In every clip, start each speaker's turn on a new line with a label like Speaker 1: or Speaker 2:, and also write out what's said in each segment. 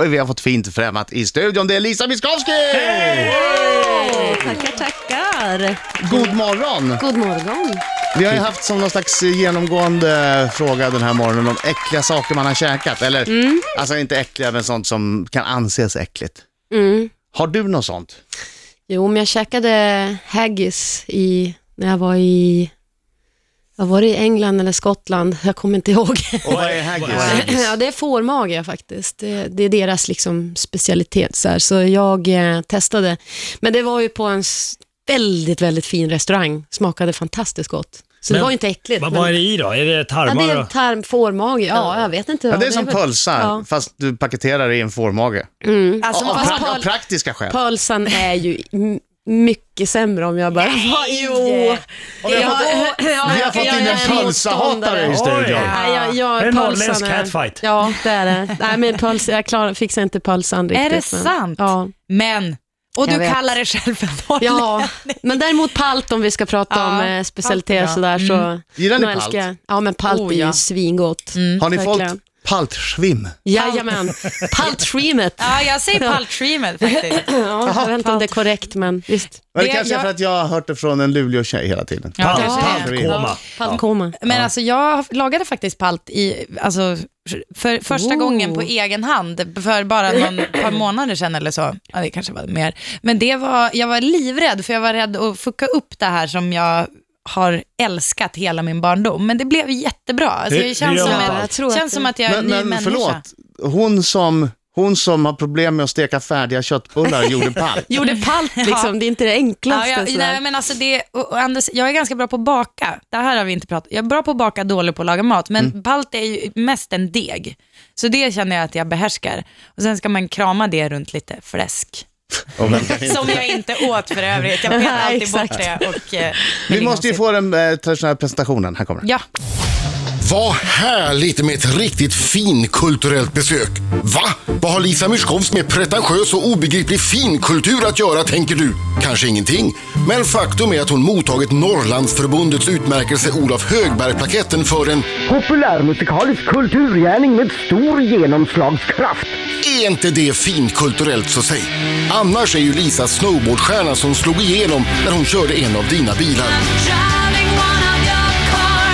Speaker 1: Och vi har fått fint främmat i studion. Det är Lisa Miskovsky!
Speaker 2: Tackar, tackar.
Speaker 1: God morgon!
Speaker 2: God morgon.
Speaker 1: Vi har ju haft som någon slags eh, genomgående fråga den här morgonen om äckliga saker man har käkat. Eller, alltså inte äckliga, men sånt som kan anses äckligt.
Speaker 2: Mm.
Speaker 1: Har du något sånt?
Speaker 2: Jo, men jag käkade haggis i, när jag var i, jag var i England eller Skottland, jag kommer inte ihåg.
Speaker 1: Och vad är haggis?
Speaker 3: vad är
Speaker 2: ja, det är fårmage faktiskt. Det, det är deras liksom specialitet. Så, här. så jag eh, testade. Men det var ju på en s- väldigt, väldigt fin restaurang. Smakade fantastiskt gott. Så
Speaker 3: Men
Speaker 2: det var ju inte äckligt.
Speaker 3: Vad,
Speaker 2: men-
Speaker 3: vad är det i då? Är det
Speaker 2: ja, det
Speaker 3: tarmar?
Speaker 2: är
Speaker 3: och-
Speaker 2: en tarm, fårmage. Ja, jag vet inte.
Speaker 1: Ja,
Speaker 2: vad
Speaker 1: det är som
Speaker 2: väl-
Speaker 1: pölsa,
Speaker 2: Ja.
Speaker 1: fast du paketerar i en fårmage.
Speaker 2: Alltså,
Speaker 1: Av,
Speaker 2: fast
Speaker 1: pra- av
Speaker 2: pöl-
Speaker 1: praktiska skäl.
Speaker 2: Pölsan är ju m- mycket sämre om jag bara... Nej! Jo!
Speaker 1: vi har
Speaker 2: Jag- jag-
Speaker 1: Vi har fått
Speaker 2: jag
Speaker 1: in
Speaker 2: är
Speaker 1: en pölsahatare i
Speaker 2: motståndare.
Speaker 1: studion.
Speaker 3: Oj.
Speaker 2: Nej, jag, jag,
Speaker 3: Är det
Speaker 2: pölsan
Speaker 3: norrländsk
Speaker 2: är-
Speaker 3: catfight?
Speaker 2: Ja, det är det. Nej, men pöls, jag klarar, fixar inte pölsan riktigt.
Speaker 4: Är det
Speaker 2: men-
Speaker 4: sant?
Speaker 2: Ja.
Speaker 4: Men, och
Speaker 2: Jag
Speaker 4: du
Speaker 2: vet.
Speaker 4: kallar dig själv för norrlänning.
Speaker 2: ja. Men däremot palt om vi ska prata
Speaker 4: Ja,
Speaker 2: om eh, specialiteter och
Speaker 4: palt är bra.
Speaker 2: sådär. Så,
Speaker 1: Gillar ni
Speaker 2: Nå
Speaker 1: palt? Mm.
Speaker 2: älskar jag- Ja, men palt
Speaker 4: Oh,
Speaker 2: är ju
Speaker 4: ja.
Speaker 2: svingott.
Speaker 1: Har ni fått
Speaker 2: verkligen.
Speaker 1: paltschvim?
Speaker 2: Jajamän. Paltreamet.
Speaker 4: Ja, jag säger paltreamet faktiskt.
Speaker 2: Ja, jag vet inte om det är korrekt, men visst.
Speaker 1: Men det,
Speaker 4: Det-
Speaker 1: kanske är
Speaker 4: jag-
Speaker 1: för att jag har hört det från en Luleå-tjej hela tiden.
Speaker 4: Ja,
Speaker 3: Palt-
Speaker 4: det är det.
Speaker 1: Paltschvim.
Speaker 3: Paltkoma.
Speaker 2: Paltkoma.
Speaker 4: Men alltså jag lagade faktiskt palt i, alltså, för första
Speaker 2: Oh.
Speaker 4: gången på egen hand för bara någon par månader sedan eller så. Ja, det kanske var mer. Men det var, jag var livrädd för jag var rädd att fucka upp det här som jag har älskat hela min barndom. Men det blev jättebra. Alltså,
Speaker 3: Hur-
Speaker 4: det känns,
Speaker 3: hur gör
Speaker 4: som,
Speaker 3: man
Speaker 4: ett-
Speaker 3: palt?
Speaker 2: Jag tror att
Speaker 4: känns
Speaker 2: det-
Speaker 4: som att jag är en ny
Speaker 1: Men, men
Speaker 4: människa.
Speaker 1: förlåt, hon som, hon som har problem med att steka färdiga köttbullar gjorde palt.
Speaker 2: Jo, det är palt liksom. Det är inte det
Speaker 4: Ja,
Speaker 2: enklaste.
Speaker 4: jag,
Speaker 2: sådär.
Speaker 4: nej, men alltså det, och, och Anders, jag är ganska bra på att baka. Det här har vi inte pratat Jag är bra på att baka, dålig på att laga mat. Men palt är ju mest en deg. Så det känner jag att jag behärskar. Och sen ska man krama det runt lite fläsk.
Speaker 1: Och vem kan inte-
Speaker 4: Som jag inte åt för övrigt. Jag petar
Speaker 2: Nej,
Speaker 4: alltid bort
Speaker 2: exakt.
Speaker 4: det. Och, eh,
Speaker 1: Vi måste ju
Speaker 4: lingonsylt.
Speaker 1: få den eh, traditionella presentationen. Här kommer den.
Speaker 4: Ja,
Speaker 5: Vad härligt med ett riktigt finkulturellt besök. Va? Vad har Lisa Myrskovs med pretentiös och obegriplig finkultur att göra tänker du? Kanske ingenting. Men faktum är att hon mottagit Norrlandsförbundets utmärkelse Olof Högberg-plaketten för en
Speaker 6: Populärmusikalisk kulturgärning med stor genomslagskraft.
Speaker 5: Är inte det finkulturellt så säg? Annars är ju Lisa snowboardstjärnan som slog igenom när hon körde en av dina bilar.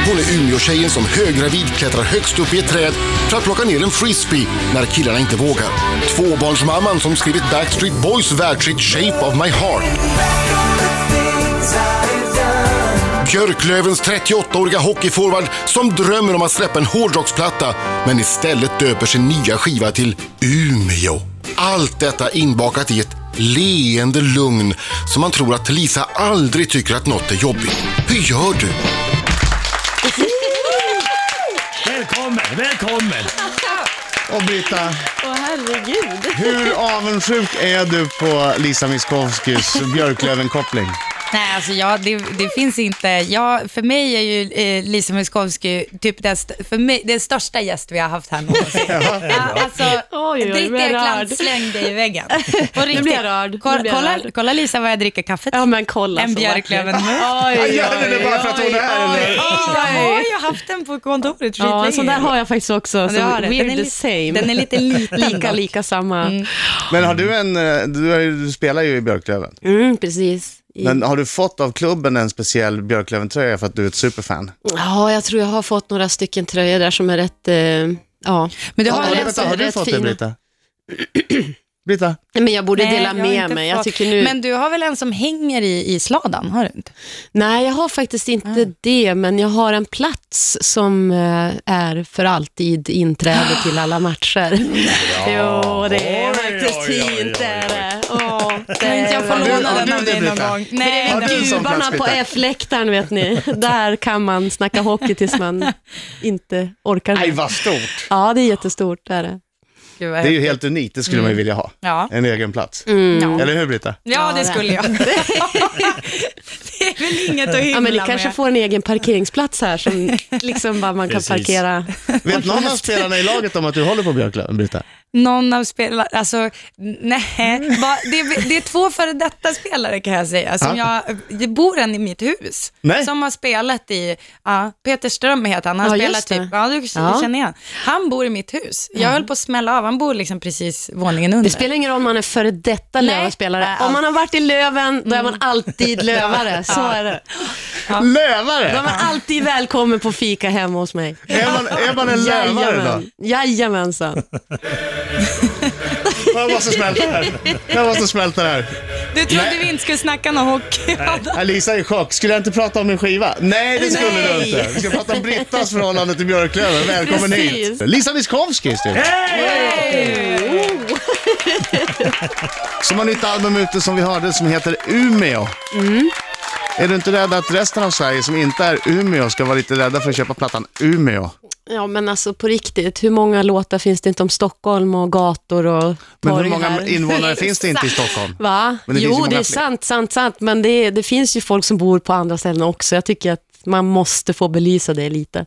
Speaker 5: Hon är Umeåtjejen som högravid klättrar högst upp i ett träd för att plocka ner en frisbee när killarna inte vågar. Tvåbarnsmamman som skrivit Backstreet Boys världshit Shape of My Heart. Björklövens 38-åriga hockeyforward som drömmer om att släppa en hårdrocksplatta men istället döper sin nya skiva till Umeå. Allt detta inbakat i ett leende lugn som man tror att Lisa aldrig tycker att något är jobbigt. Hur gör du?
Speaker 3: Välkommen, välkommen.
Speaker 1: Och Britta,
Speaker 2: Åh, herregud.
Speaker 1: hur avundsjuk är du på Lisa Miskovskys Björklöven-koppling?
Speaker 4: nej alltså jag, det, det finns inte. Jag, för mig är ju eh, Lisa Miskovsky typ den, st- för mig, den största gäst vi har haft här någonsin. ja, alltså,
Speaker 2: oj, nu
Speaker 4: dricker
Speaker 2: blir jag
Speaker 4: jag
Speaker 2: rörd.
Speaker 4: klant, släng dig i väggen. På riktigt.
Speaker 2: blir jag rörd. Nu
Speaker 4: Kolla,
Speaker 2: blir jag
Speaker 4: kolla,
Speaker 2: rörd.
Speaker 4: kolla Lisa vad jag dricker kaffet.
Speaker 2: Ja, men kolla. så
Speaker 4: en
Speaker 2: vackert.
Speaker 4: björklöven
Speaker 2: Oj,
Speaker 1: Jag gör det
Speaker 2: oj,
Speaker 1: bara för att hon är här,
Speaker 2: oj,
Speaker 1: eller?
Speaker 4: Jag har
Speaker 2: oj.
Speaker 4: ju haft den på kontoret
Speaker 2: Ja, en sån där har
Speaker 4: jag.
Speaker 2: jag faktiskt också.
Speaker 4: du
Speaker 2: Som
Speaker 4: har det.
Speaker 2: we're
Speaker 4: Den är
Speaker 2: the
Speaker 4: li-
Speaker 2: same.
Speaker 4: den är lite liten
Speaker 2: Lika,
Speaker 4: dock.
Speaker 2: lika, samma. Mm,
Speaker 1: Men har du en, eh, du, har ju- du spelar ju i Björklöven.
Speaker 2: Mm. precis. I-
Speaker 1: Men har du fått av klubben en speciell Björklöven-tröja för att du är ett superfan?
Speaker 2: Ja, jag tror jag har fått några stycken tröjor där som är rätt... Eh, ja.
Speaker 4: Men du
Speaker 2: Ja,
Speaker 4: har
Speaker 2: det
Speaker 1: har,
Speaker 2: rätt-
Speaker 1: du, vänta, har du
Speaker 2: rätt
Speaker 1: fått den
Speaker 2: fina.
Speaker 1: Britta? Britta?
Speaker 2: Nej, Men jag borde
Speaker 4: Nej,
Speaker 2: dela
Speaker 4: jag har
Speaker 2: med
Speaker 4: inte
Speaker 2: mig. Jag
Speaker 4: fått-
Speaker 2: tycker nu...
Speaker 4: Men du har väl en som hänger i, i sladan, har du inte?
Speaker 2: Nej, jag har faktiskt inte det, men jag har en plats som eh, är för alltid inträde till alla matcher. Jo, det är
Speaker 3: Oj,
Speaker 2: faktiskt
Speaker 3: oj, oj, oj,
Speaker 2: fint. det är det. Åh, det
Speaker 4: Kan inte
Speaker 2: är
Speaker 4: jag få
Speaker 2: vad-
Speaker 1: du-
Speaker 4: låna
Speaker 1: har
Speaker 4: den
Speaker 1: du
Speaker 4: av
Speaker 1: det,
Speaker 4: dig någon
Speaker 1: Britta?
Speaker 4: gång? Nej,
Speaker 1: Har
Speaker 4: men-
Speaker 1: du en sån
Speaker 2: Gubarna
Speaker 1: plats,
Speaker 2: på
Speaker 1: Britta?
Speaker 2: F-läktaren vet ni, där kan man snacka hockey tills man inte orkar
Speaker 1: Nej,
Speaker 2: mer.
Speaker 1: vad stort!
Speaker 2: Ja, det är jättestort. Det är det.
Speaker 4: Gud, vad
Speaker 1: Det är ju helt unikt, det skulle man ju vilja ha.
Speaker 4: Ja.
Speaker 1: En egen plats.
Speaker 4: Ja.
Speaker 1: Eller hur Britta?
Speaker 4: ja,
Speaker 2: Ja,
Speaker 4: det skulle jag. det är väl inget att hymla
Speaker 2: Ja, men ni kanske
Speaker 4: med.
Speaker 2: får en egen parkeringsplats här som liksom bara man kan
Speaker 3: Precis.
Speaker 2: parkera.
Speaker 1: Vet någon av spelarna i laget om att du håller på Björklöven, Britta?
Speaker 4: någon av spelarna, alltså nej,
Speaker 2: Mm.
Speaker 4: bara, det, är- det är två före detta spelare kan jag säga, som jag, det bor en i mitt hus,
Speaker 1: Nej.
Speaker 4: som har spelat i, ja, Peter Ström heter han, han
Speaker 2: Ja,
Speaker 4: har
Speaker 2: just
Speaker 4: spelat
Speaker 2: det.
Speaker 4: typ, ja du
Speaker 2: Ja. Mm.
Speaker 4: känner igen, han bor i mitt hus, jag höll på att smälla av, han bor liksom precis våningen
Speaker 2: Det
Speaker 4: under.
Speaker 2: spelar ingen roll om man är före detta
Speaker 4: Nej.
Speaker 2: Lövenspelare.
Speaker 4: Nej, Mm.
Speaker 2: Om man har varit i Löven, då är man alltid lövare. Så är det. Då är
Speaker 1: Lövare!
Speaker 2: man alltid välkommen på fika hemma hos mig.
Speaker 1: Är man, är man en lövare då?
Speaker 2: Jajamän. Jajamensan.
Speaker 1: Jag måste smälta det här. Jag måste smälta det här.
Speaker 4: du trodde vi inte skulle snacka någon hockey, Adam.
Speaker 1: Ja, Lisa är i chock. Skulle jag inte prata om min skiva? Nej, det skulle
Speaker 4: Nej.
Speaker 1: du inte. Vi ska prata om Brittas förhållande till Björklöven. Välkommen
Speaker 2: Precis.
Speaker 1: hit. Lisa Miskovsky är det. som har nytt album ute som vi hörde som heter Umeå.
Speaker 2: Mm.
Speaker 1: Är du inte rädd att resten av Sverige som inte är Umeå ska vara lite rädda för att köpa plattan Umeå?
Speaker 2: Ja, men alltså på riktigt, hur många låtar finns det inte om Stockholm och gator och
Speaker 1: Men hur
Speaker 2: torg
Speaker 1: många
Speaker 2: här?
Speaker 1: invånare finns det inte i Stockholm?
Speaker 2: Va?
Speaker 1: Men det finns ju
Speaker 2: jo,
Speaker 1: många
Speaker 2: det är
Speaker 1: fler.
Speaker 2: sant, sant, sant, men det, det finns ju folk som bor på andra ställen också. Jag tycker att man måste få belysa det lite.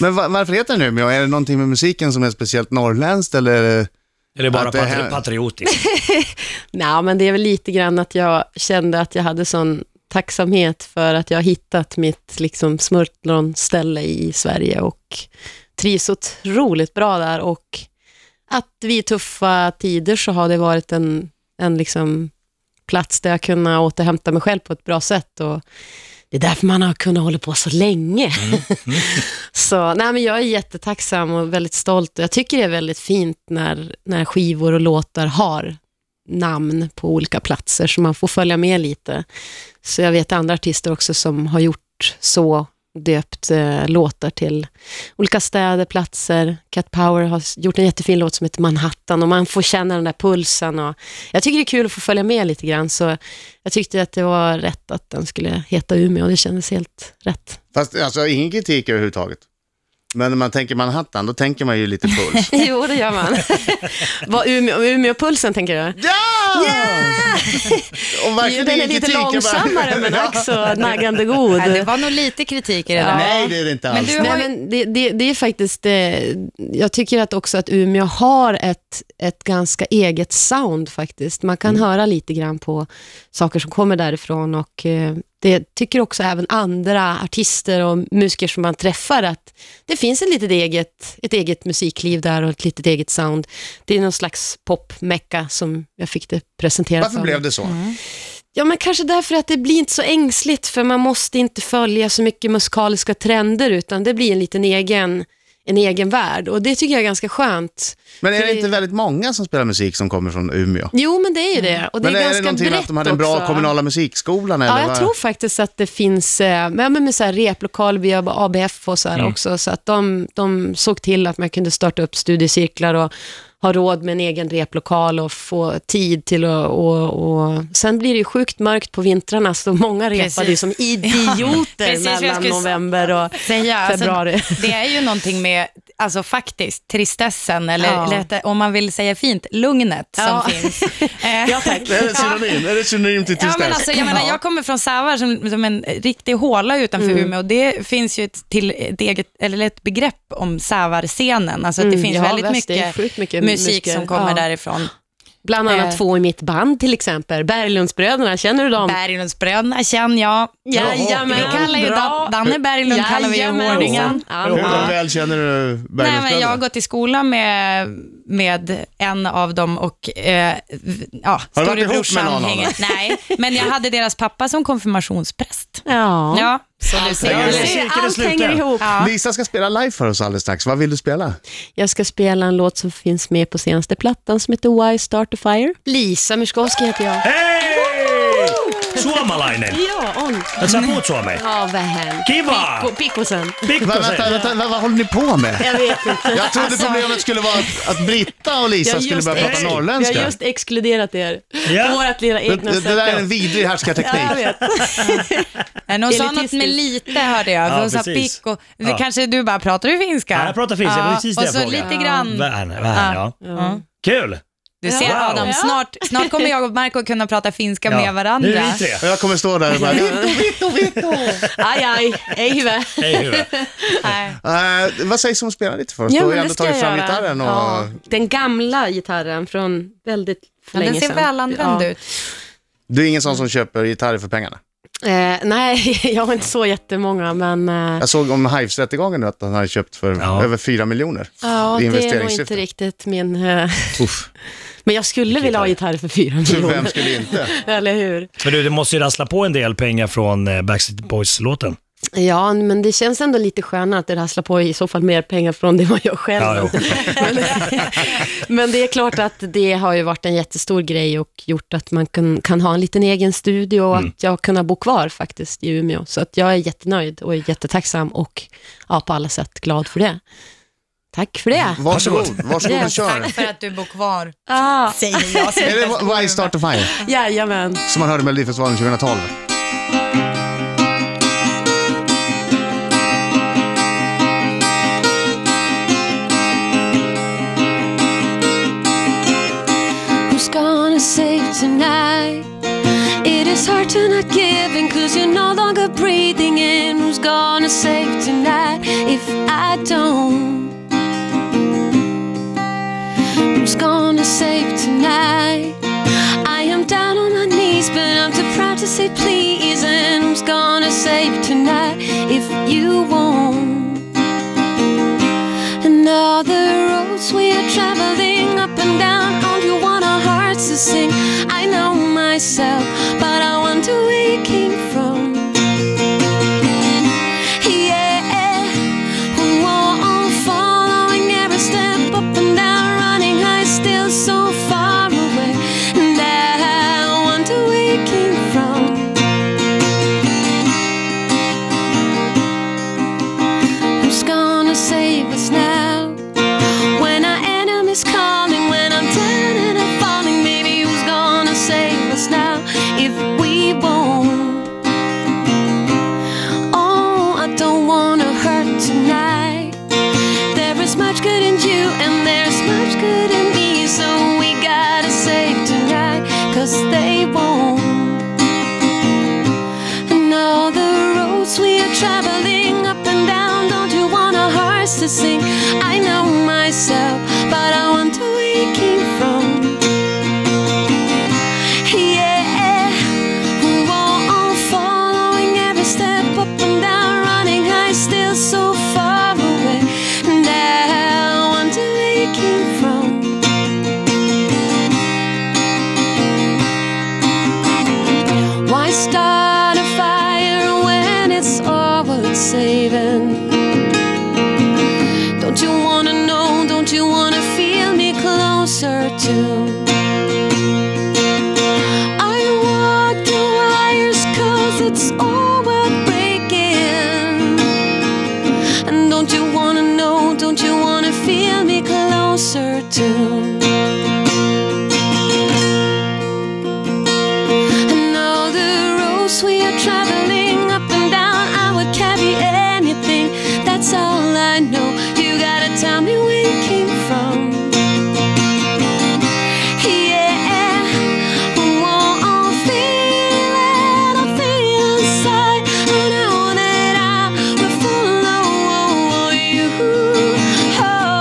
Speaker 1: Men va- varför heter den Umeå? Är det någonting med musiken som är speciellt norrländskt eller? är det-
Speaker 3: Eller bara
Speaker 1: Att det här-
Speaker 3: patri- patriotiskt.
Speaker 2: Nej, men det är väl lite grann att jag kände att jag hade sån tacksamhet för att jag har hittat mitt liksom, smultronställe i Sverige och trivs otroligt bra där och att vid tuffa tider så har det varit en, en liksom plats där jag kunnat återhämta mig själv på ett bra sätt. Och det är därför man har kunnat hålla på så länge. så nej, men jag är jättetacksam och väldigt stolt. Jag tycker det är väldigt fint när, när skivor och låtar har namn på olika platser så man får följa med lite. Så jag vet andra artister också som har gjort så, döpt eh, låtar till olika städer, platser. Cat Power har s- gjort en jättefin låt som heter Manhattan och man får känna den där pulsen. Och jag tycker det är kul att få följa med lite grann så jag tyckte att det var rätt att den skulle heta Umeå och det kändes helt rätt.
Speaker 1: Fast alltså ingen kritik överhuvudtaget. Men när man tänker Manhattan, då tänker man ju lite puls.
Speaker 2: Jo, det gör man. Vad Umeå, Umeåpulsen tänker du?
Speaker 1: Ja! Och
Speaker 2: Jo,
Speaker 1: verkligen
Speaker 2: den är
Speaker 1: ingen
Speaker 2: lite
Speaker 1: kritik. jag bara-
Speaker 2: långsammare men också naggande god.
Speaker 4: Nej, det var nog lite kritik i det där.
Speaker 1: Nej, det är det inte
Speaker 4: Men
Speaker 1: alls.
Speaker 4: du- har
Speaker 2: Nej,
Speaker 4: ju-
Speaker 2: men det, det, det är faktiskt, eh, jag tycker att också att Umeå har ett, ett ganska eget sound faktiskt. Man kan höra lite grann på saker som kommer därifrån och eh, det tycker också även andra artister och musiker som man träffar att det finns ett litet eget, ett eget musikliv där och ett litet eget sound. Det är någon slags popmecka som jag fick det presenterat
Speaker 1: Varför
Speaker 2: för mig.
Speaker 1: blev det så?
Speaker 2: Mm. Ja, men kanske därför att det blir inte så ängsligt, för man måste inte följa så mycket musikaliska trender, utan det blir en liten egen, en egen värld. Och det tycker jag är ganska skönt.
Speaker 1: Men är
Speaker 2: För
Speaker 1: det
Speaker 2: det-
Speaker 1: inte väldigt många som spelar musik som kommer från Umeå?
Speaker 2: Jo, men det är ju det. Och det
Speaker 1: Mm. Men
Speaker 2: är,
Speaker 1: är, det någonting
Speaker 2: ganska
Speaker 1: med
Speaker 2: brett
Speaker 1: att de hade en bra
Speaker 2: också.
Speaker 1: kommunala musikskolan? Eller
Speaker 2: Ja, jag
Speaker 1: vad?
Speaker 2: tror faktiskt att det finns eh, men men med så här replokal via ABF och så här också, så att de, de såg till att man kunde starta upp studiecirklar och ha råd med en egen replokal och få tid till att... Och, och, sen blir det ju sjukt mörkt på vintrarna, så många repade ju
Speaker 4: Precis.
Speaker 2: som idioter
Speaker 4: precis, jag
Speaker 2: mellan
Speaker 4: skulle s-
Speaker 2: november och
Speaker 4: säga. Alltså,
Speaker 2: februari.
Speaker 4: det är ju någonting med, alltså faktiskt, tristessen, eller
Speaker 2: Ja.
Speaker 4: lätt- om man vill säga fint, lugnet
Speaker 2: Ja.
Speaker 4: som finns. Eh,
Speaker 2: ja, tack.
Speaker 1: Är det ett synonym? Är det ett synonym till
Speaker 4: Ja,
Speaker 1: tristess?
Speaker 4: men alltså, jag, menar, jag kommer från Sävar som, som en riktig håla utanför
Speaker 2: Mm.
Speaker 4: Umeå och det finns ju ett, till ett, eget, eller ett begrepp om Sävarscenen. Alltså att det
Speaker 2: Mm,
Speaker 4: finns
Speaker 2: ja,
Speaker 4: väldigt
Speaker 2: visst, det är
Speaker 4: mycket,
Speaker 2: sjukt mycket
Speaker 4: musik
Speaker 2: musiker.
Speaker 4: som kommer
Speaker 2: Ja.
Speaker 4: därifrån.
Speaker 2: Bland annat
Speaker 4: Eh.
Speaker 2: två i mitt band till exempel, Berglundsbröderna, känner du dem?
Speaker 4: Berglundsbröderna känner jag.
Speaker 2: Jajamän.
Speaker 4: Vi kallar ju Dan,
Speaker 2: Bra.
Speaker 4: Danne Berglund kallar vi ju
Speaker 2: Jajamensan.
Speaker 4: hårdingen.
Speaker 2: Ja.
Speaker 1: Hur väl känner du
Speaker 4: Nej, men jag har
Speaker 1: Berglundsbröderna?
Speaker 4: gått i skola med, med en av dem och eh, ja,
Speaker 1: Har du varit ihop med
Speaker 4: storebrorsan
Speaker 1: någon av dem?
Speaker 4: hänger- Nej, men jag hade deras pappa som konfirmationspräst.
Speaker 2: Ja.
Speaker 4: Ja, så du ser.
Speaker 1: hänger
Speaker 4: jag.
Speaker 1: ihop.
Speaker 3: cirkeln är
Speaker 2: Allt
Speaker 3: sluten.
Speaker 2: hänger ihop.
Speaker 1: Lisa ska spela live för oss alldeles strax. Vad vill du spela?
Speaker 2: Jag ska spela en låt som finns med på senaste plattan som heter Why Start a Fire. Lisa Myrskovsky heter jag.
Speaker 3: Hei! Suomalainen.
Speaker 2: Ja, on.
Speaker 3: Et sä puhut suomea?
Speaker 2: Ja, vad hänt.
Speaker 3: Kiva!
Speaker 2: Pikku- Pikkusen.
Speaker 1: Va,
Speaker 3: Pikkusen.
Speaker 1: vänta, vänta, vad, vad håller ni på med?
Speaker 2: Jag vet inte.
Speaker 1: Jag trodde problemet skulle vara att, att Britta och Lisa
Speaker 2: Jag
Speaker 1: skulle
Speaker 2: Alltså, just-
Speaker 1: börja prata
Speaker 3: Nej.
Speaker 1: norrländska.
Speaker 2: Vi har just exkluderat er.
Speaker 3: Ja.
Speaker 2: På vårt lilla
Speaker 1: det,
Speaker 2: egna
Speaker 1: det, det där är en
Speaker 2: sätt.
Speaker 1: vidrig
Speaker 2: Ja, jag
Speaker 1: härskarteknik.
Speaker 2: vet.
Speaker 4: Men Hon sa något
Speaker 2: Elitistiskt.
Speaker 4: med lite hörde jag.
Speaker 3: Ja,
Speaker 4: hon sa
Speaker 3: precis.
Speaker 4: pick och,
Speaker 3: Ja.
Speaker 4: Kanske du bara, pratar du finska?
Speaker 3: Ja, jag pratar finska, det var precis det
Speaker 4: Och
Speaker 3: jag
Speaker 4: så
Speaker 3: frågade.
Speaker 4: lite grann.
Speaker 3: Vähän, vähän ja.
Speaker 2: Ja.
Speaker 3: Kul!
Speaker 4: Du ser
Speaker 3: Wow.
Speaker 4: Adam, snart, snart kommer jag och Marco kunna prata finska
Speaker 3: Ja,
Speaker 4: med varandra.
Speaker 3: Nu är vi tre.
Speaker 1: Och jag kommer stå där och bara,
Speaker 2: Aj, aj, hej huvud.
Speaker 3: Hej, huvud.
Speaker 4: Nej.
Speaker 1: eh, vad sägs om att spela lite för oss?
Speaker 2: Ja,
Speaker 1: du har
Speaker 2: men
Speaker 1: ju
Speaker 2: det
Speaker 1: ändå
Speaker 2: ska
Speaker 1: tagit
Speaker 2: jag
Speaker 1: fram
Speaker 2: göra.
Speaker 1: gitarren och...
Speaker 2: Ja, den gamla gitarren från väldigt för
Speaker 4: Men
Speaker 2: länge
Speaker 4: den ser
Speaker 2: sedan.
Speaker 4: välanvänd
Speaker 2: Ja.
Speaker 4: ut.
Speaker 1: Du är ingen sån som köper gitarrer för pengarna?
Speaker 2: Eh, nej, jag har inte så jättemånga, men eh,
Speaker 1: Jag såg om Hives-rättegången nu att han hade köpt för
Speaker 3: Ja.
Speaker 1: över 4 miljoner.
Speaker 2: ja, det är nog
Speaker 1: investeringssyfte.
Speaker 2: inte riktigt min... Eh,
Speaker 3: Uff.
Speaker 2: men jag skulle vilja ha gitarr för fyra
Speaker 1: Vem
Speaker 2: miljoner,
Speaker 1: skulle inte?
Speaker 2: eller hur?
Speaker 3: Men du, det måste ju rassla på en del pengar från eh, Backstreet Boys-låten.
Speaker 2: Ja, men det känns ändå lite skönare att det rasslar på i så fall mer pengar från det man gör själv.
Speaker 3: Ja, jo.
Speaker 2: men, men det är klart att det har ju varit en jättestor grej och gjort att man kan, kan ha en liten egen studio och
Speaker 3: Mm.
Speaker 2: att jag har kunnat bo kvar faktiskt i Umeå. Så att jag är jättenöjd och är jättetacksam och ja, på alla sätt glad för det. Tack för det.
Speaker 1: Varsågod, varsågod och
Speaker 2: Yes.
Speaker 1: kör.
Speaker 4: Tack för att du bor kvar,
Speaker 2: Ah,
Speaker 4: säger jag.
Speaker 1: Är det Why Start a Fire
Speaker 2: jajamän.
Speaker 1: som man hörde i Melodifestivalen 2012?
Speaker 2: Who's gonna save tonight? It is hard to not give in cause you're no longer breathing in. Who's gonna save tonight if I don't? Who's gonna save tonight? I am down on my knees, but I'm too proud to say please. And who's gonna save tonight if you won't? And all the roads we are traveling up and down, don't you want our hearts to sing? I know myself, but I wonder where you came from. Yeah, oh, following every step up and down, running high, still so far away. And I wonder where you came from. Who's gonna save us now? When our enemy's calling, when I'm down and I'm falling, maybe who's gonna save us now if we won't? Oh, I don't wanna hurt tonight. There is much good in you, and there's much good in me, so we gotta save tonight, cause they won't. And all the roads we are traveling up and down, don't you want our hearts to sing? I know myself, but I wonder where you came from. Yeah, oh, following every step up and down, running high, still so far away. And I wonder where you came from. Why start a fire when it's all worth saving? Don't you wanna know? Don't you wanna feel me closer to? I walk the wires cause it's all worth breaking. And don't you wanna know? Don't you wanna feel me closer to? And all the roads we are traveling up and down, I would carry anything. That's all I know. You gotta tell me where you came from. Yeah, oh, I'm feeling, I feel inside. I know that I will follow you. Oh, yeah, oh.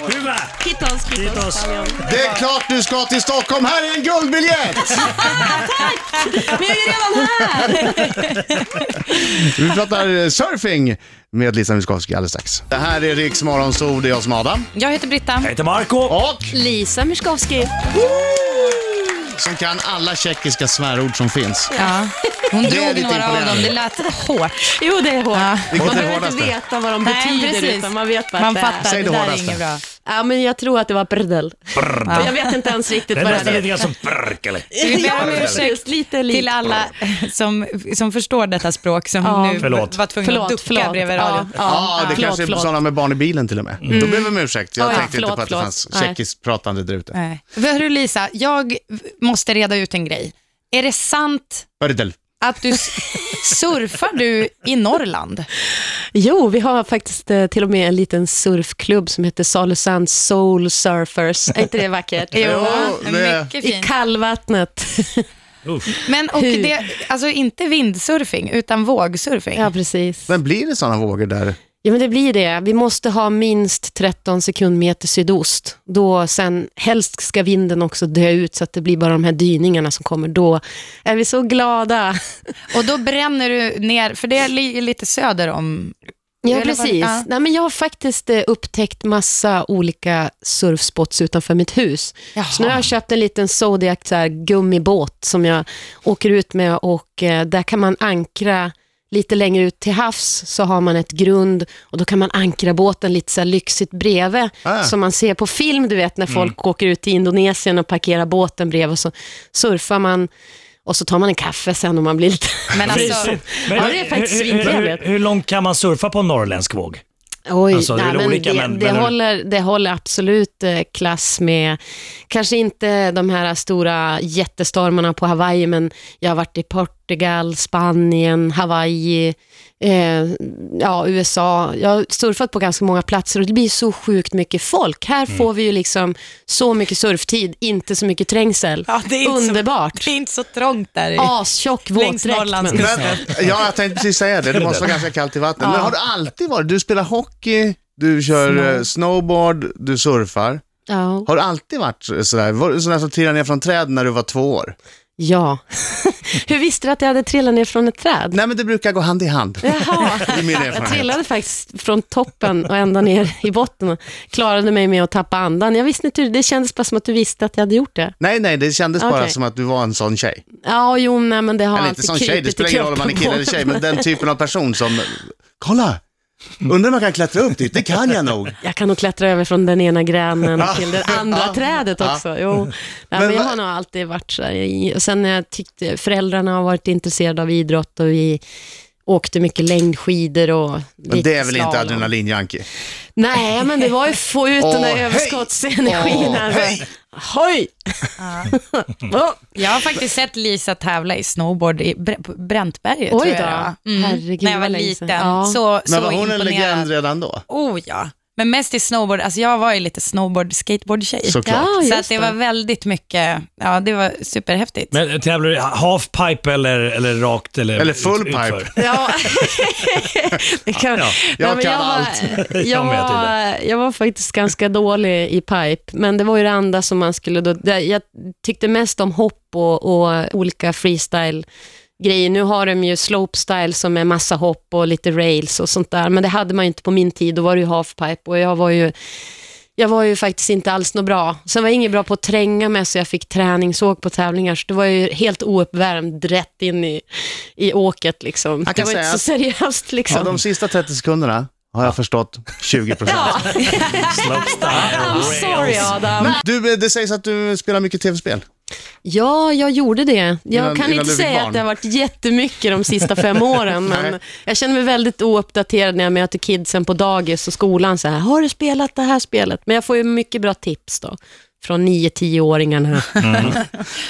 Speaker 3: Huvud!
Speaker 2: Kittos,
Speaker 3: Kittos.
Speaker 2: kittos.
Speaker 1: Det är klart du ska till Stockholm, här är en guldbiljett!
Speaker 2: Men jag är ju redan här!
Speaker 1: Vi pratar eh, surfing med Lisa Miskovsky alldeles strax. Det här är Riks Morgonzoo, det är jag som är Adam.
Speaker 4: Jag heter Britta.
Speaker 3: Jag heter Marco.
Speaker 1: Och
Speaker 2: Lisa Miskovsky.
Speaker 1: som kan alla tjeckiska svärord som finns.
Speaker 4: Ja. Hon
Speaker 1: Det är
Speaker 4: drog
Speaker 1: lite
Speaker 4: några av dem,
Speaker 1: imponerande.
Speaker 4: det lät hårt.
Speaker 2: Jo, det är hårt.
Speaker 4: Ja.
Speaker 1: Vilket
Speaker 2: Man
Speaker 1: är
Speaker 2: behöver inte
Speaker 1: hårdaste?
Speaker 2: veta vad de betyder, utan man vet bara
Speaker 4: Man
Speaker 2: att det är.
Speaker 4: fattar,
Speaker 1: Säg
Speaker 4: det
Speaker 1: det
Speaker 4: där är
Speaker 1: hårdaste.
Speaker 4: inget bra.
Speaker 2: Ja, men jag tror att det var brdel.
Speaker 3: Brr.
Speaker 2: Jag vet inte ens riktigt
Speaker 3: Det är
Speaker 2: vad det
Speaker 3: nästan
Speaker 2: är.
Speaker 3: lite grann som brrkele.
Speaker 4: Vi ber om
Speaker 2: Ja,
Speaker 4: ursäkt
Speaker 2: precis. Lite lik.
Speaker 4: till alla som, som förstår detta språk som
Speaker 2: Ja.
Speaker 4: nu
Speaker 3: Förlåt.
Speaker 4: var tvungna
Speaker 2: Förlåt,
Speaker 4: att ducka
Speaker 2: förlåt.
Speaker 4: bredvid
Speaker 2: Ja,
Speaker 4: radion.
Speaker 2: ja,
Speaker 1: Ja, det
Speaker 2: förlåt,
Speaker 1: kanske är
Speaker 2: förlåt.
Speaker 1: sådana med barn i bilen till och med. Då ber vi om ursäkt. Jag
Speaker 2: Ja, ja,
Speaker 1: tänkte
Speaker 2: förlåt,
Speaker 1: inte på att det
Speaker 2: förlåt.
Speaker 1: fanns
Speaker 2: Nej.
Speaker 1: tjeckiskt pratande där ute.
Speaker 4: Nej. För Hörru Lisa, jag måste reda ut en grej. Är det sant
Speaker 1: Ördel.
Speaker 4: att du s- surfar du i Norrland?
Speaker 2: Jo, vi har faktiskt eh, till och med en liten surfklubb som heter Salusands Soul Surfers. Är inte det vackert?
Speaker 1: Jo, det-
Speaker 4: mycket
Speaker 2: I
Speaker 4: fint.
Speaker 2: kallvattnet.
Speaker 3: Uff.
Speaker 4: Men och
Speaker 2: Hur?
Speaker 4: det, alltså inte vindsurfing, utan vågsurfing.
Speaker 2: Ja, precis.
Speaker 1: Men blir det sådana vågor där?
Speaker 2: Ja, men det blir det. Vi måste ha minst 13 sekundmeter sydost. Då sen, helst ska vinden också dö ut så att det blir bara de här dyningarna som kommer. Då är vi så glada.
Speaker 4: Och då bränner du ner, för det ligger lite söder om...
Speaker 2: Ja,
Speaker 4: Eller vad-
Speaker 2: precis.
Speaker 4: ja.
Speaker 2: Nej, men jag har faktiskt eh, upptäckt massa olika surfspots utanför mitt hus.
Speaker 4: Jaha.
Speaker 2: Så nu har jag köpt en liten Zodiac så här, gummibåt som jag åker ut med och eh, där kan man ankra lite längre ut till havs så har man ett grund och då kan man ankra båten lite så här lyxigt bredvid
Speaker 1: Ah.
Speaker 2: som man ser på film, du vet när
Speaker 4: Mm.
Speaker 2: folk åker ut till Indonesien och parkerar båten bredvid och så surfar man och så tar man en kaffe sen om man blir lite...
Speaker 4: Men alltså,
Speaker 3: Mysigt. Men
Speaker 2: Ja, det är faktiskt
Speaker 3: hur- hur-
Speaker 2: svintrevligt.
Speaker 3: Hur, hur långt kan man surfa på en norrländsk våg?
Speaker 2: Oj,
Speaker 3: Alltså, det är
Speaker 2: nej,
Speaker 3: väl
Speaker 2: men
Speaker 3: olika,
Speaker 2: det,
Speaker 3: men-
Speaker 2: det,
Speaker 3: men-
Speaker 2: håller, det håller absolut eh, klass med, kanske inte de här stora jättestormarna på Hawaii, men jag har varit i Portugal, Spanien, Hawaii, eh, ja, USA. Jag har surfat på ganska många platser och det blir så sjukt mycket folk. Här
Speaker 4: Mm.
Speaker 2: får vi ju liksom så mycket surftid, inte så mycket trängsel.
Speaker 4: Ja, det är inte så-
Speaker 2: Underbart.
Speaker 4: det är inte så trångt där. i-
Speaker 2: Astjock våtdräkt.
Speaker 4: Längs
Speaker 2: men-
Speaker 4: Norrlands-
Speaker 1: eh, Ja, jag tänkte precis säga det. Det måste vara ganska kallt i vattnet. Men har du alltid varit... Du spelar hockey, du kör eh, snowboard, du surfar.
Speaker 2: Ja.
Speaker 1: Har du alltid varit eh, sådär? Var du sån där som trillade ner från träd när du var två år?
Speaker 2: ja. Hur visste du att jag hade trillat ner från ett träd?
Speaker 1: Nej, men det brukar gå hand i hand.
Speaker 2: Jaha.
Speaker 1: I min
Speaker 2: Jag
Speaker 1: erfarenhet.
Speaker 2: trillade faktiskt från toppen och ända ner i botten och klarade mig med att tappa andan. Jag visste inte, hur- det kändes bara som att du visste att jag hade gjort det.
Speaker 1: Nej, nej, det kändes bara
Speaker 2: Okej.
Speaker 1: som att du var en sån tjej.
Speaker 2: Ja, jo, nej, men det har
Speaker 1: Eller inte
Speaker 2: alltid
Speaker 1: sån tjej,
Speaker 2: krupit
Speaker 1: det
Speaker 2: i
Speaker 1: spelar ingen roll om man är
Speaker 2: kroppen
Speaker 1: kille
Speaker 2: på
Speaker 1: eller tjej,
Speaker 2: mig.
Speaker 1: men den typen av person som, kolla,
Speaker 2: Mm.
Speaker 1: undrar om jag kan klättra upp dit, det kan jag nog.
Speaker 2: Jag kan nog klättra över från den ena grenen till det andra
Speaker 1: Ja.
Speaker 2: trädet också. Jo. Nej, men jag
Speaker 1: vad-
Speaker 2: har nog alltid varit så här. i- och Sen när jag tyckte föräldrarna har varit intresserade av idrott och vi åkte mycket längdskidor och
Speaker 1: Men
Speaker 2: lite
Speaker 1: det är väl inte
Speaker 2: slalom.
Speaker 1: adrenalinjanki?
Speaker 2: Nej, men det var ju få ut den
Speaker 1: Åh,
Speaker 2: där
Speaker 1: hej!
Speaker 2: överskottsenergin.
Speaker 1: Åh,
Speaker 2: här.
Speaker 1: hej!
Speaker 2: Hoj! Åh,
Speaker 4: Jag har faktiskt sett Lisa tävla i snowboard i Br- på Bräntberget.
Speaker 2: Oj
Speaker 4: tror jag
Speaker 2: då.
Speaker 4: det var. Mm.
Speaker 2: Herregud,
Speaker 4: När jag var
Speaker 2: vad länge
Speaker 4: liten.
Speaker 2: sedan. Ja.
Speaker 4: Så,
Speaker 1: Men
Speaker 4: så
Speaker 1: var hon en
Speaker 4: imponerad.
Speaker 1: legend redan då?
Speaker 4: Oh ja. Men mest i snowboard, alltså jag var ju lite snowboard-skateboard-tjej.
Speaker 1: Såklart.
Speaker 2: Ja,
Speaker 4: så
Speaker 2: just
Speaker 4: att det
Speaker 2: det.
Speaker 4: var väldigt mycket, ja det var superhäftigt.
Speaker 3: Men tävlar du halfpipe eller, eller rakt? Eller,
Speaker 1: Eller full
Speaker 3: ut- utför?
Speaker 1: pipe.
Speaker 2: Ja. det kan,
Speaker 3: Ja,
Speaker 1: jag
Speaker 2: men
Speaker 1: kan
Speaker 2: var,
Speaker 1: allt.
Speaker 2: Jag,
Speaker 3: Jag med
Speaker 2: var, jag var faktiskt ganska dålig i pipe, men det var ju det enda som man skulle... Då, det, jag tyckte mest om hopp och, och olika freestyle grejer. Nu har de ju slopestyle som är massa hopp och lite rails och sånt där, men det hade man ju inte på min tid. Då var det ju halfpipe och jag var ju jag var ju faktiskt inte alls något bra. Sen var jag inget bra på att tränga med, så jag fick träningsåk på tävlingar. Så det var ju helt ouppvärmd, rätt in i, i åket. Liksom.
Speaker 1: Jag
Speaker 2: Det
Speaker 1: kan
Speaker 2: var inte
Speaker 1: säga
Speaker 2: så seriöst. Liksom.
Speaker 1: Ja, de sista 30 sekunderna har jag förstått 20 procent.
Speaker 2: Ja, I'm
Speaker 3: Slopestyle,
Speaker 2: sorry
Speaker 3: rails.
Speaker 2: Adam.
Speaker 1: Du, eh, det sägs att du spelar mycket tv-spel.
Speaker 2: Ja, jag gjorde det. Jag
Speaker 1: Innan-
Speaker 2: kan
Speaker 1: innan du
Speaker 2: inte
Speaker 1: fick
Speaker 2: säga
Speaker 1: barn.
Speaker 2: att det har varit jättemycket de sista fem åren, men
Speaker 1: Nej.
Speaker 2: jag känner mig väldigt ouppdaterad när jag möter kidsen på dagis och skolan. Så här, har du spelat det här spelet? Men jag får ju mycket bra tips då, från 9-10-åringarna.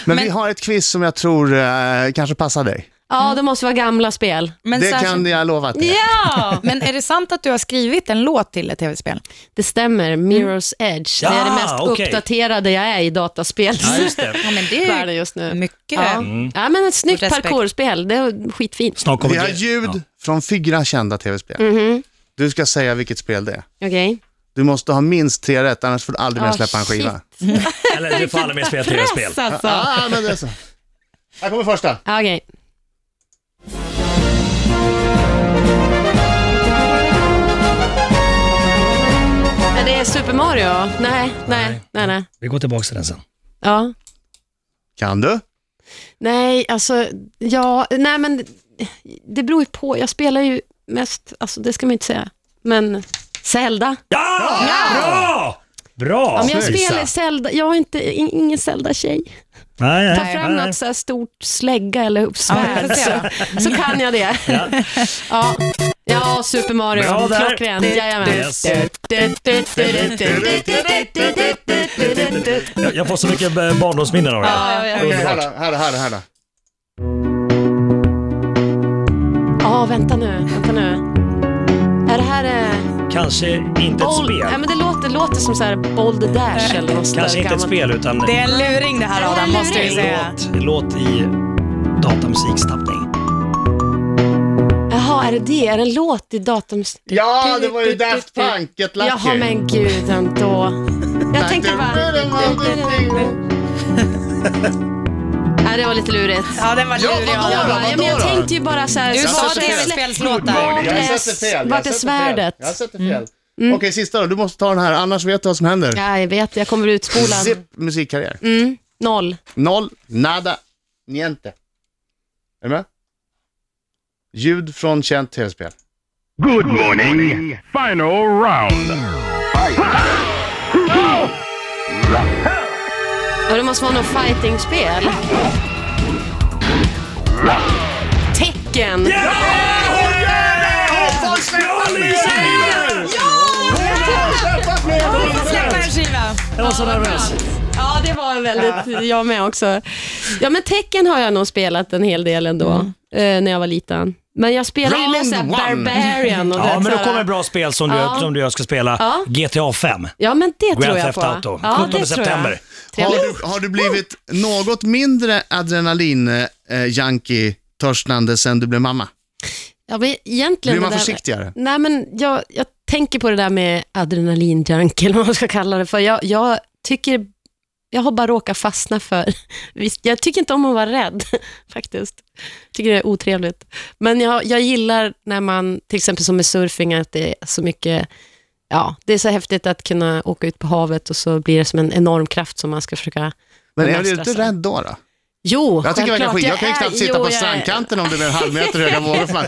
Speaker 1: Men, vi har ett quiz som jag tror eh, kanske passar dig.
Speaker 2: Ja, det måste vara gamla spel.
Speaker 4: Men,
Speaker 1: det
Speaker 4: särskilt-
Speaker 1: kan jag lova till.
Speaker 2: Ja!
Speaker 4: men är det sant att du har skrivit en låt till ett tv-spel?
Speaker 2: Det stämmer,
Speaker 4: Mm.
Speaker 2: Mirror's Edge. det är det
Speaker 3: Ja,
Speaker 2: mest
Speaker 3: okej.
Speaker 2: uppdaterade jag är i dataspel.
Speaker 3: Ja, Mm. just det.
Speaker 4: Ja, men det är
Speaker 2: Världen
Speaker 4: ju
Speaker 2: just nu.
Speaker 4: mycket.
Speaker 2: Ja. ja, men ett snyggt
Speaker 4: Respekt.
Speaker 2: parkourspel. Det är skitfint.
Speaker 3: Snart kommer
Speaker 1: Vi har
Speaker 3: det-
Speaker 1: ljud
Speaker 3: Ja.
Speaker 1: från fyra kända tv-spel.
Speaker 2: Mhm.
Speaker 1: Du ska säga vilket spel det är.
Speaker 2: Okej.
Speaker 1: Du måste ha minst tre rätt, annars får du aldrig mer
Speaker 2: Ah,
Speaker 1: släppa en
Speaker 2: shit.
Speaker 1: skiva.
Speaker 3: Eller du får aldrig mer spela tv-spel.
Speaker 2: alltså.
Speaker 1: Ah, men det är så. Här kommer första.
Speaker 2: Ja, Okej. Men Det är Super Mario? Nej, nej, nej, nej.
Speaker 3: Vi går tillbaka till den sen.
Speaker 2: Ja.
Speaker 1: Kan du?
Speaker 2: Nej, alltså, ja, nej men det beror ju på. Jag spelar ju mest, alltså det ska man ju inte säga, men Zelda.
Speaker 3: Ja! Bra! Bra!
Speaker 2: Ja, men jag
Speaker 3: Lisa.
Speaker 2: spelar Zelda, jag är inte, in- ingen Zelda-tjej.
Speaker 3: Nej, nej,
Speaker 2: Ta fram
Speaker 3: nej.
Speaker 2: något så här stort slägga eller
Speaker 4: Ja,
Speaker 2: svärd
Speaker 4: vi får se
Speaker 2: så, så kan jag det. Ja, ja. Super Mario,
Speaker 3: Bra där.
Speaker 2: klockrent. Jajamän.
Speaker 3: Yes. Jag, jag får så mycket eh, barndomsminnen av det här.
Speaker 2: Ja, ja,
Speaker 1: Okej,
Speaker 2: ja.
Speaker 1: här då, här då, här då, här då.
Speaker 2: Ja, vänta nu, vänta nu. Är det här... Eh,
Speaker 3: Kanske inte ett
Speaker 2: bold, ja,
Speaker 3: spel.
Speaker 2: men det låter, låter som så här Bold Dash eller något sånt där
Speaker 3: Kanske inte ett
Speaker 2: gammalt.
Speaker 3: spel, utan
Speaker 4: Det är en luring det här Adam, måste vi säga.
Speaker 3: låt, låt i datamusikstappning.
Speaker 2: Jaha, är det det? Är det en låt i datum...
Speaker 1: Ja, det var ju Daft Punk, Get Lucky.
Speaker 2: Jaha, men gud ändå. Jag tänkte bara... Nej, det var lite lurigt.
Speaker 4: Ja, den var
Speaker 1: Ja,
Speaker 4: lurig.
Speaker 1: vadå då?
Speaker 2: Jag,
Speaker 4: Adam.
Speaker 2: bara, ja, men jag
Speaker 1: Vadå då?
Speaker 2: tänkte ju bara så här...
Speaker 4: Du
Speaker 2: så-
Speaker 4: sa
Speaker 1: Jag
Speaker 2: så-
Speaker 1: sätter fel.
Speaker 4: tv-spelslåtar.
Speaker 1: Jag har
Speaker 2: Yes.
Speaker 1: sett det fel. jag har
Speaker 2: Vart är
Speaker 1: sett det fel.
Speaker 2: svärdet? Mm.
Speaker 1: Jag har sett det fel. Okej, sista då. Du måste ta den här, annars vet du vad som händer.
Speaker 2: Ja, jag vet, jag kommer bli utspolad. Mm,
Speaker 1: Zipp musikkarriär.
Speaker 2: Noll.
Speaker 1: Noll, nada, niente. Är du med? Ljud från känt tv-spel.
Speaker 7: Good morning. Final round.
Speaker 2: Och det måste vara något fightingspel. Tecken.
Speaker 4: Släpp en skiva.
Speaker 3: Jag var så nervös.
Speaker 2: Ja, det var en väldigt... Jag med också. Ja, men tecken har jag nog spelat en hel del ändå,
Speaker 3: Mm.
Speaker 2: eh, när jag var liten. Men jag spelade ju med
Speaker 1: Round
Speaker 2: såhär
Speaker 1: one.
Speaker 2: Barbarian och
Speaker 3: Ja,
Speaker 2: det
Speaker 3: men då
Speaker 2: såhär-
Speaker 3: kommer ett bra spel som du,
Speaker 2: Ja.
Speaker 3: som du och jag ska spela.
Speaker 2: Ja.
Speaker 3: GTA 5.
Speaker 2: Ja, men det tror
Speaker 3: Grand
Speaker 2: jag
Speaker 3: Theft
Speaker 2: på.
Speaker 3: Auto.
Speaker 2: Ja,
Speaker 3: 17
Speaker 2: det tror jag.
Speaker 3: september.
Speaker 1: Har
Speaker 2: Trevligt.
Speaker 1: du, har du blivit något mindre adrenalin-junkie-törstnande sen du blev mamma?
Speaker 2: Ja, men egentligen
Speaker 1: Blir man
Speaker 2: det där-
Speaker 1: försiktigare?
Speaker 2: Nej, men jag, jag tänker på det där med adrenalinjunk, eller vad man ska kalla det för. Jag, jag tycker, jag har bara råkat fastna för, visst, jag tycker inte om att vara rädd, faktiskt. Jag tycker det är otrevligt. Men jag, jag gillar när man, till exempel som med surfing, att det är så mycket, ja, det är så häftigt att kunna åka ut på havet och så blir det som en enorm kraft som man ska försöka
Speaker 1: Men är du
Speaker 2: bemästra
Speaker 1: inte
Speaker 2: sig.
Speaker 1: rädd då? då?
Speaker 2: Jo,
Speaker 1: Jag tycker det verkar
Speaker 2: självklart.
Speaker 1: skit. Jag kan ju
Speaker 2: är-
Speaker 1: knappt sitta
Speaker 2: jo,
Speaker 1: på
Speaker 2: jag är-
Speaker 1: strandkanten om det blir en halv meter höga vågor. för Man,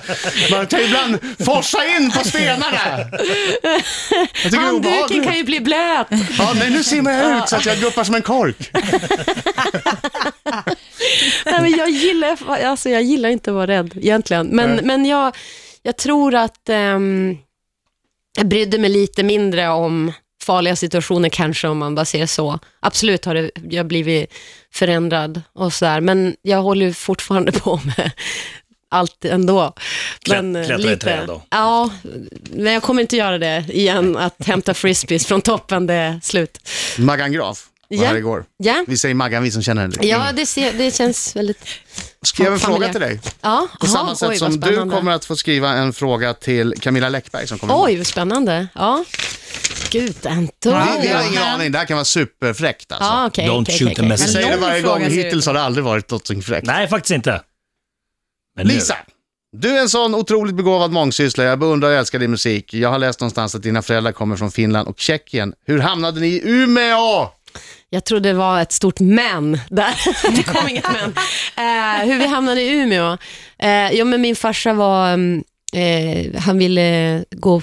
Speaker 1: man kan ju ibland forsa in på stenarna. Jag tycker det är
Speaker 2: Handduken kan
Speaker 1: obehagligt.
Speaker 2: ju bli blöt.
Speaker 1: Ja, men nu simmar jag ut så att jag guppar som en kork.
Speaker 2: Nej, men jag, gillar, alltså, jag gillar inte att vara rädd egentligen, men, men jag, jag tror att ehm, jag brydde mig lite mindre om farliga situationer kanske, om man bara ser så. Absolut har det, jag blivit förändrad och sådär, men jag håller ju fortfarande på med allt ändå. eh,
Speaker 3: Klätt- klättra i träd då.
Speaker 2: Ja, men jag kommer inte göra det igen, att hämta frisbees från toppen, det är slut.
Speaker 1: Maggan Graf var
Speaker 2: Ja.
Speaker 1: här igår.
Speaker 2: Ja,
Speaker 1: Vi säger Maggan, vi som känner henne. Mm.
Speaker 2: ja det, ser, det känns väldigt...
Speaker 1: Ska jag en fråga
Speaker 2: Familj.
Speaker 1: till dig?
Speaker 2: Ja,
Speaker 1: På
Speaker 2: aha,
Speaker 1: samma sätt
Speaker 2: oj, vad
Speaker 1: som du
Speaker 2: spännande.
Speaker 1: kommer att få skriva en fråga till Camilla Läckberg som kommer
Speaker 2: Oj, vad spännande. Ja. Gud, Anton.
Speaker 1: Vi, vi har ingen
Speaker 2: Ja.
Speaker 1: aning, det här kan vara superfräckt alltså.
Speaker 2: Ja, okej,
Speaker 3: Don't
Speaker 2: okej,
Speaker 3: shoot
Speaker 2: okej,
Speaker 3: the
Speaker 2: okej.
Speaker 1: Vi
Speaker 3: messenger.
Speaker 1: säger det
Speaker 4: lång
Speaker 1: varje
Speaker 4: fråga
Speaker 1: gång,
Speaker 4: ser det
Speaker 1: hittills
Speaker 4: ut.
Speaker 1: har det aldrig varit något som fräckt.
Speaker 3: Nej, faktiskt inte. Men nu.
Speaker 1: Lisa, du är en sån otroligt begåvad mångsysslare. Jag beundrar och älskar din musik. Jag har läst någonstans att dina föräldrar kommer från Finland och Tjeckien. Hur hamnade ni i Umeå?
Speaker 2: Jag trodde det var ett stort men där. det kom inget men. Eh, hur vi hamnade i Umeå? Eh, jo, men min farsa var, mm, eh, han ville gå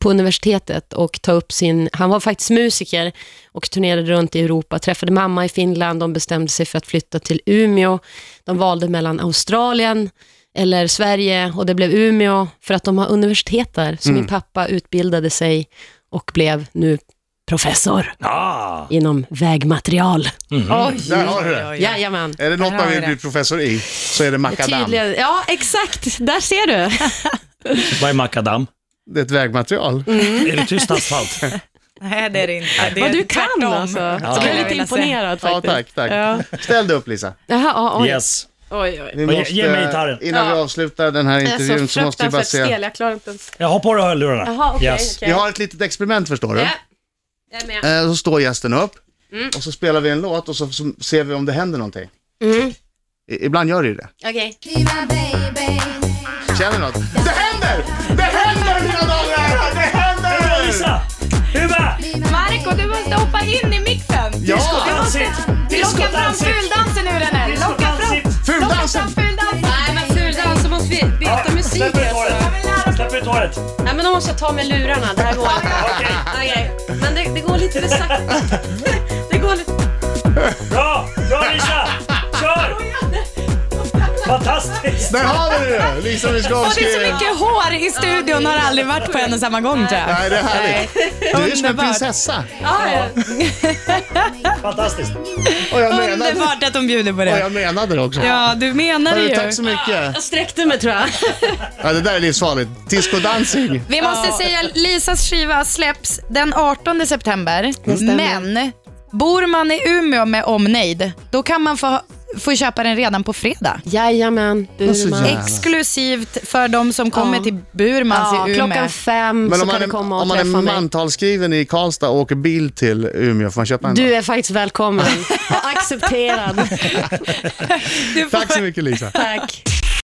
Speaker 2: på universitetet och ta upp sin, han var faktiskt musiker och turnerade runt i Europa, träffade mamma i Finland, de bestämde sig för att flytta till Umeå. De valde mellan Australien eller Sverige och det blev Umeå för att de har universitet där. Så min pappa utbildade sig och blev nu professor
Speaker 3: Ah,
Speaker 2: inom vägmaterial.
Speaker 4: Oj,
Speaker 1: Där har du det.
Speaker 4: oj, oj.
Speaker 2: Jajamän.
Speaker 1: Är det något
Speaker 4: Där
Speaker 1: man
Speaker 4: har
Speaker 1: vill
Speaker 4: vi
Speaker 1: bli
Speaker 4: det.
Speaker 1: professor i så är det makadam.
Speaker 2: Tydligen. Ja, exakt. Där ser du.
Speaker 3: vad är makadam?
Speaker 1: Det är ett vägmaterial.
Speaker 3: Är det tyst asfalt?
Speaker 4: Nej, det är det inte. Det är
Speaker 2: Vad du kan
Speaker 4: tvärtom.
Speaker 2: alltså.
Speaker 4: skulle
Speaker 2: Jag
Speaker 4: jag
Speaker 2: blev lite
Speaker 4: vilja säga.
Speaker 2: imponerad
Speaker 1: Ja,
Speaker 2: faktiskt.
Speaker 1: tack, tack. Ställ dig upp Lisa.
Speaker 2: Jaha, ja, oj.
Speaker 3: Yes.
Speaker 2: oj, oj.
Speaker 1: Vi
Speaker 3: ge- ge mig gitarren.
Speaker 1: Innan vi avslutar den här
Speaker 2: Jag är
Speaker 1: intervjun
Speaker 2: så
Speaker 1: så måste vi bara se.
Speaker 2: fruktansvärt stel, jag klarar inte ens.
Speaker 3: Jag har på dig hörlurarna.
Speaker 2: Jaha, okej.
Speaker 3: yes.
Speaker 1: Vi har ett litet experiment förstår du.
Speaker 2: Jag är med.
Speaker 1: Eh, Så står gästen upp
Speaker 2: Mm.
Speaker 1: och så spelar vi en låt och så, så ser vi om det händer någonting.
Speaker 2: Mm.
Speaker 1: I, ibland gör det ju det.
Speaker 2: Okej.
Speaker 1: Känner något? Det händer! Det händer mina damer och herrar! Det händer!
Speaker 3: Lisa! Huva!
Speaker 8: Marco, du måste hoppa in i mixen!
Speaker 1: Ja!
Speaker 3: Dansigt!
Speaker 8: Locka fram
Speaker 3: Discodansigt!
Speaker 8: fuldansen ur den här! Locka fram
Speaker 1: Fuldansen!
Speaker 8: fuldansen!
Speaker 2: Nej, men fuldan så måste vi veta musik
Speaker 3: Släpp ut
Speaker 2: alltså.
Speaker 3: håret! Släpp ut håret!
Speaker 2: Nej, men då måste jag ta med lurarna. Det här går inte. Okej. Men det, det går lite för sakta. Det går lite...
Speaker 3: Bra! Kör Lisa! Kör! Fantastiskt!
Speaker 1: Där har vi det! Lisa
Speaker 4: Och
Speaker 1: Miskovsky.
Speaker 4: det är så mycket hår i studion, har aldrig varit på en och samma gång tror jag.
Speaker 1: Nej, det är härligt. Du är ju som en
Speaker 4: Underbart.
Speaker 1: prinsessa.
Speaker 3: Fantastiskt!
Speaker 1: Och jag menade,
Speaker 4: Underbart att de bjuder på
Speaker 1: och
Speaker 4: det.
Speaker 1: jag menade det också.
Speaker 4: Ja, du menar det
Speaker 1: Hörru,
Speaker 4: ju.
Speaker 1: tack så mycket.
Speaker 2: Jag sträckte mig tror jag.
Speaker 1: Ja, det där är livsfarligt. Disco dancing.
Speaker 4: Vi måste säga Lisas skiva släpps den 18 september.
Speaker 2: stämmer.
Speaker 4: Men bor man i Umeå med omnejd, då kan man få, få köpa den redan på fredag.
Speaker 2: Jajamän, Burman.
Speaker 1: jävla-
Speaker 4: Exklusivt för de som kommer
Speaker 2: Ja.
Speaker 4: till Burmans
Speaker 2: Ja,
Speaker 4: i Umeå.
Speaker 2: klockan fem
Speaker 1: Men
Speaker 2: så
Speaker 1: om
Speaker 2: kan
Speaker 1: man
Speaker 2: du
Speaker 1: är,
Speaker 2: komma och
Speaker 1: om man är
Speaker 2: träffa mig.
Speaker 1: mantalskriven i Karlstad och åker bil till Umeå, får man köpa en?
Speaker 2: Du är faktiskt välkommen och accepterad.
Speaker 4: Du får-
Speaker 1: Tack så mycket Lisa.
Speaker 2: Tack.